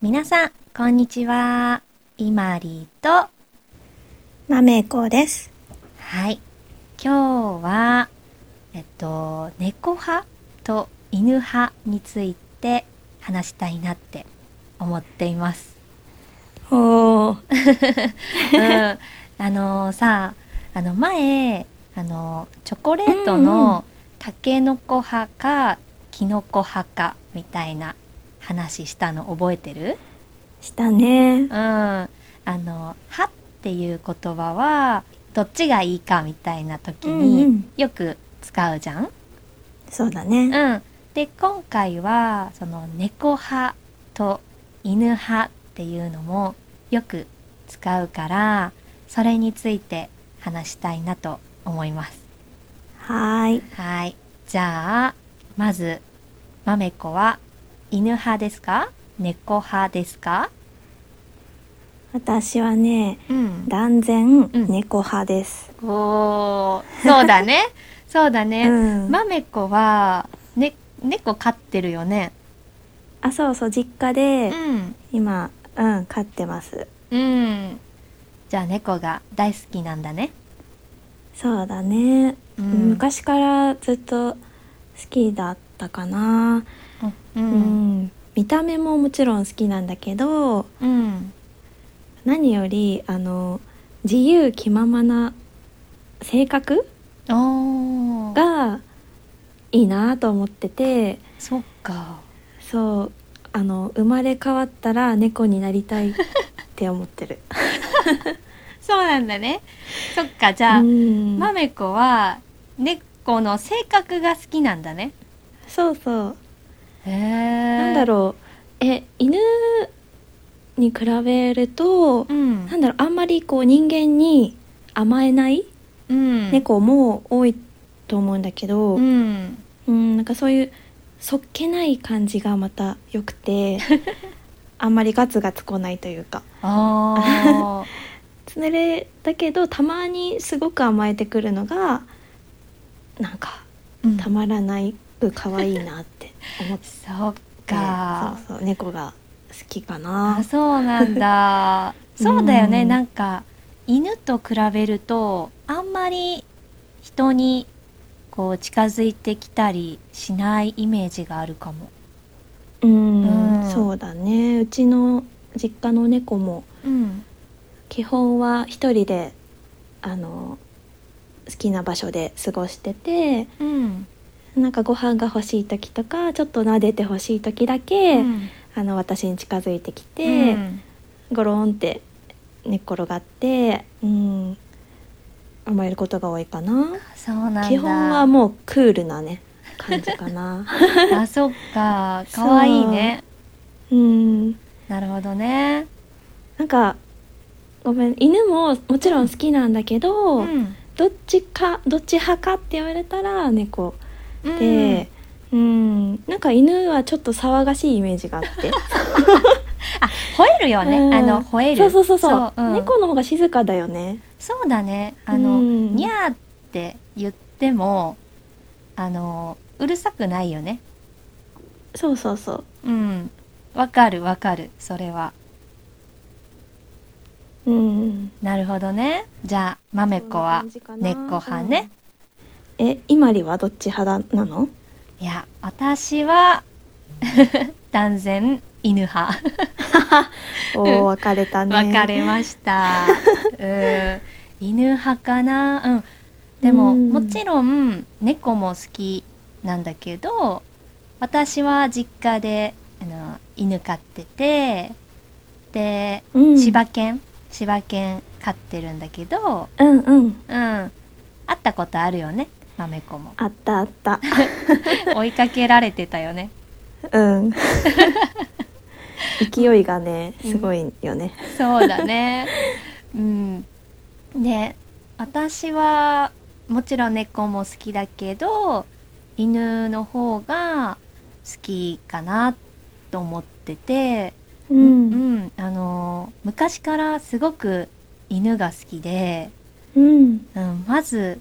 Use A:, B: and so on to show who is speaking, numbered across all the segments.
A: 皆さん、こんにちは。いまりと、は
B: まめいこうです。
A: い。今日は、えっと、猫派と犬派について話したいなって思っています。
B: おー。
A: うん、あのさあの前あのチョコレートのたけのこ派かきのこ派かみたいな話したの覚えてる
B: したね
A: うん。あの「派」っていう言葉はどっちがいいかみたいな時
B: うんう
A: に
B: ん
A: よく使うじゃん。
B: そうだね。
A: うん、で今回はその猫派と犬派っていうのもよく使うからそれについて話したいなと思います
B: はーい。
A: はいじゃあまずまめこは犬派ですか猫派ですか
B: 私はね、
A: うん
B: 断然
A: うん
B: 猫派です。
A: おーそうだね そうだ
B: う
A: ね
B: ん。
A: まめこは、ね、猫飼ってるよね
B: あ、そうそう、実家
A: う
B: で、
A: ん
B: 今、うん、飼ってます。
A: うん。じゃあ猫が大好きなんだね。
B: そうだね。
A: う
B: 昔からずっと好きだったかな。
A: う。
B: うんん。見た目ももちろん好きなんだけど、
A: うん。
B: 何より、あの、自由気ままな性格
A: おお。
B: がいいなと思ってて
A: そっか。
B: そうあの生まれ変わったら猫になりたいって思って る
A: そうなんだね。そっかじゃあ、
B: うん
A: まめこは猫の性格が好きなんだね。
B: そうそう
A: へえ。
B: なんだろうえ犬に比べると
A: う。うん。
B: なんだろうあんまりこう人間に甘えない
A: うん。。
B: 猫も多いと思うんだけど、
A: う
B: うん
A: ん。
B: なんかそういうそっけない感じがまた良く てあんまりガツガツ来ないというか
A: ああ。
B: つれだけどたまにすごく甘えてくるのがなんか
A: うん
B: たまらない可愛いなって思って
A: そっか。
B: そうそう猫が好きか
A: あ
B: な
A: そうなん だそうだよね、
B: うん
A: なんか犬と比べるとあんまり人にこう近づいてきたりしないイメージがあるかも、
B: うん、
A: うん
B: そうだねうちの実家の猫も
A: うん、
B: 基本は一人であの好きな場所で過ごしてて
A: うん
B: なんかご飯が欲しい時とかちょっと撫でて欲しい時だけ、
A: うん
B: あの私に近づいてきて、
A: うん
B: ゴロンって寝っ転がって、うん、甘えることが多いかな
A: そうなんだ
B: 基本はもうクールなね感じかな
A: あそっか可愛いね
B: うん
A: なるほどね
B: なんかごめん犬ももちろん好きなんだけど、
A: ん
B: どっちかどっち派かって言われたら猫
A: うん
B: で、うんなんか犬はちょっと騒がしいイメージがあ って
A: 吠えるよね、
B: うん
A: あの吠える
B: そうそうそうそう
A: うん
B: 猫の方が静かだよね
A: そうだねあの、
B: うん
A: にゃーって言ってもあのうるさくないよね
B: そうそうそう
A: うんわかるわかるそれは
B: うん
A: なるほどねじゃあまめこは猫派ね、
B: うんえイマリはどっち派だな の
A: いや私は 断然犬派
B: お
A: うん
B: ー分かれたね
A: 分かれましたうん犬派かなうんでも
B: うん
A: もちろん猫も好きなんだけど私は実家であの犬飼っててで
B: うん
A: 柴犬柴犬飼ってるんだけど、
B: うんう
A: う
B: ん
A: ん。会ったことあるよね、まめこも
B: 。あったあった
A: 追いかけられてたよね。
B: うん勢いがねすごいよね
A: そうだね。うん。で、私はもちろん猫も好きだけど、犬の方が好きかなと思ってて、
B: う
A: うんん、あの昔からすごく犬が好きで、
B: うん
A: うん、まず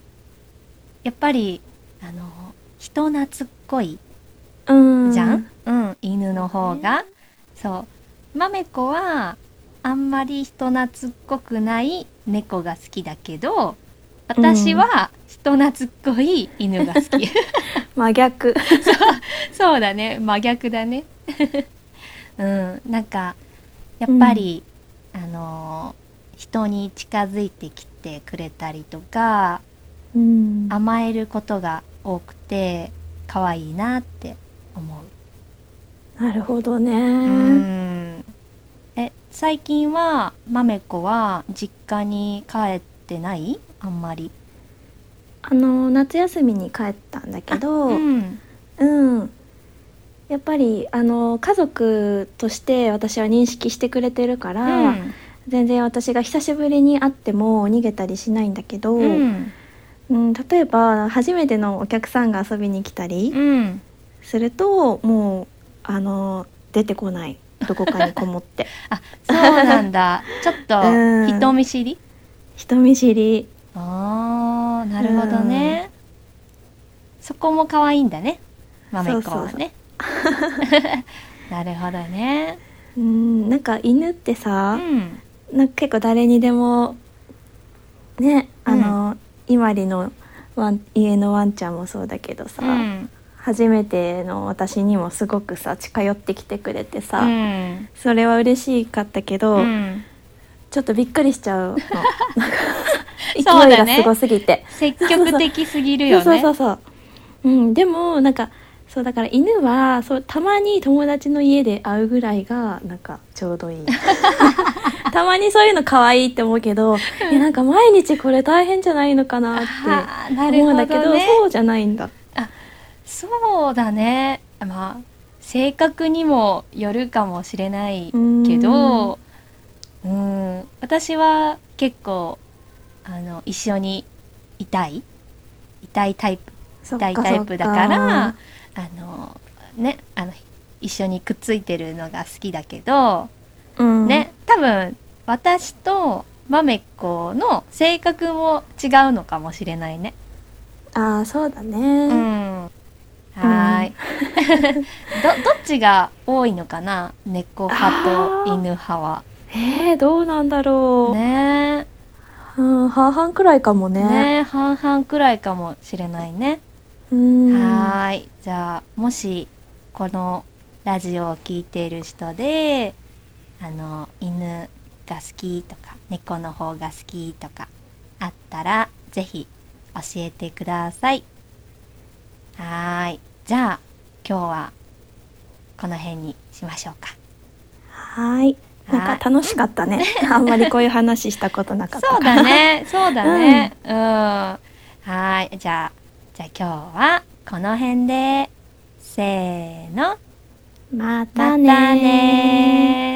A: やっぱりあの人懐っこい
B: うん
A: じゃん、うん、犬の方が、そう豆子はあんまり人懐っこくない猫が好きだけど私は人懐っこい犬が好き、
B: 真逆
A: そうだね真逆だね うんなんかやっぱり、あのー人に近づいてきてくれたりとか
B: うん
A: 甘えることが多くて可愛いなって思う
B: なるほどね、
A: うんえ最近はまめこは実家に帰ってないあんまり
B: あの夏休みに帰ったんだけど
A: ん
B: うんやっぱりあの家族として私は認識してくれてるから、
A: うん
B: 全然私が久しぶりに会っても逃げたりしないんだけど、
A: うん
B: うん例えば初めてのお客さんが遊びに来たり
A: うん
B: すると、もうあの出てこないどこかにこもって
A: あそうなん だちょっ
B: うん
A: と人見知り
B: 人見知り
A: あーなるほどね、そこも可愛いんだねまめこはね なるほどね
B: うんなんか犬って
A: う
B: さ、
A: ん
B: なんか結構誰にでもねあの、伊万里のワン家のワンちゃんもそうだけどさ、
A: うん
B: 初めての私にもすごくさ近寄ってきてくれてさ、
A: うん
B: それは嬉しかったけど、
A: うん
B: ちょっとびっくりし ちゃうのなんか
A: そう
B: 勢い
A: だ
B: が
A: ね
B: すごすぎて。
A: 積極的すぎるよね
B: そうそうそうそう、うん、でもなんかそうだから犬はそうたまに友達の家で会うぐらいがなんかちょ うどいいたまにそういうの可愛いって思う けどえなんか毎日これ大変じゃないのかなっ
A: あー
B: て
A: なる
B: 思
A: ほど
B: うん
A: ね
B: だけどそうじゃないんだ
A: そうだねまあ性格にもよるかもしれないけどうん私は結構あの一緒にいたいいたいタイプ
B: そ
A: い
B: ったか
A: い
B: そっ
A: タイプだからあのねあの一緒にくっついてるのが好きだけど、
B: うん、
A: ね多分私とまめっ子の性格も違うのかもしれないね。
B: ああそうだね、
A: うんはーい。 どどっちが多いのかな、猫派と犬派は。
B: えー、どうなんだろう、
A: ね
B: うん、半々くらいかも
A: え、
B: ね
A: ねえ、半々くらいかもしれないね。
B: うん
A: はーい。じゃあもしこのラジオを聞いている人で、あの犬が好きとか猫の方が好きとかあったらぜひ教えてください。はーい。じゃあ今日はこの辺にしましょうか。
B: はい。なんか楽しかったね。あんまりこういう話したことなかった
A: そう
B: から。
A: だね。そうだね。うん。はーい。じゃあじゃあ今日はこの辺でせーの。
B: ま
A: また
B: たね
A: ねー。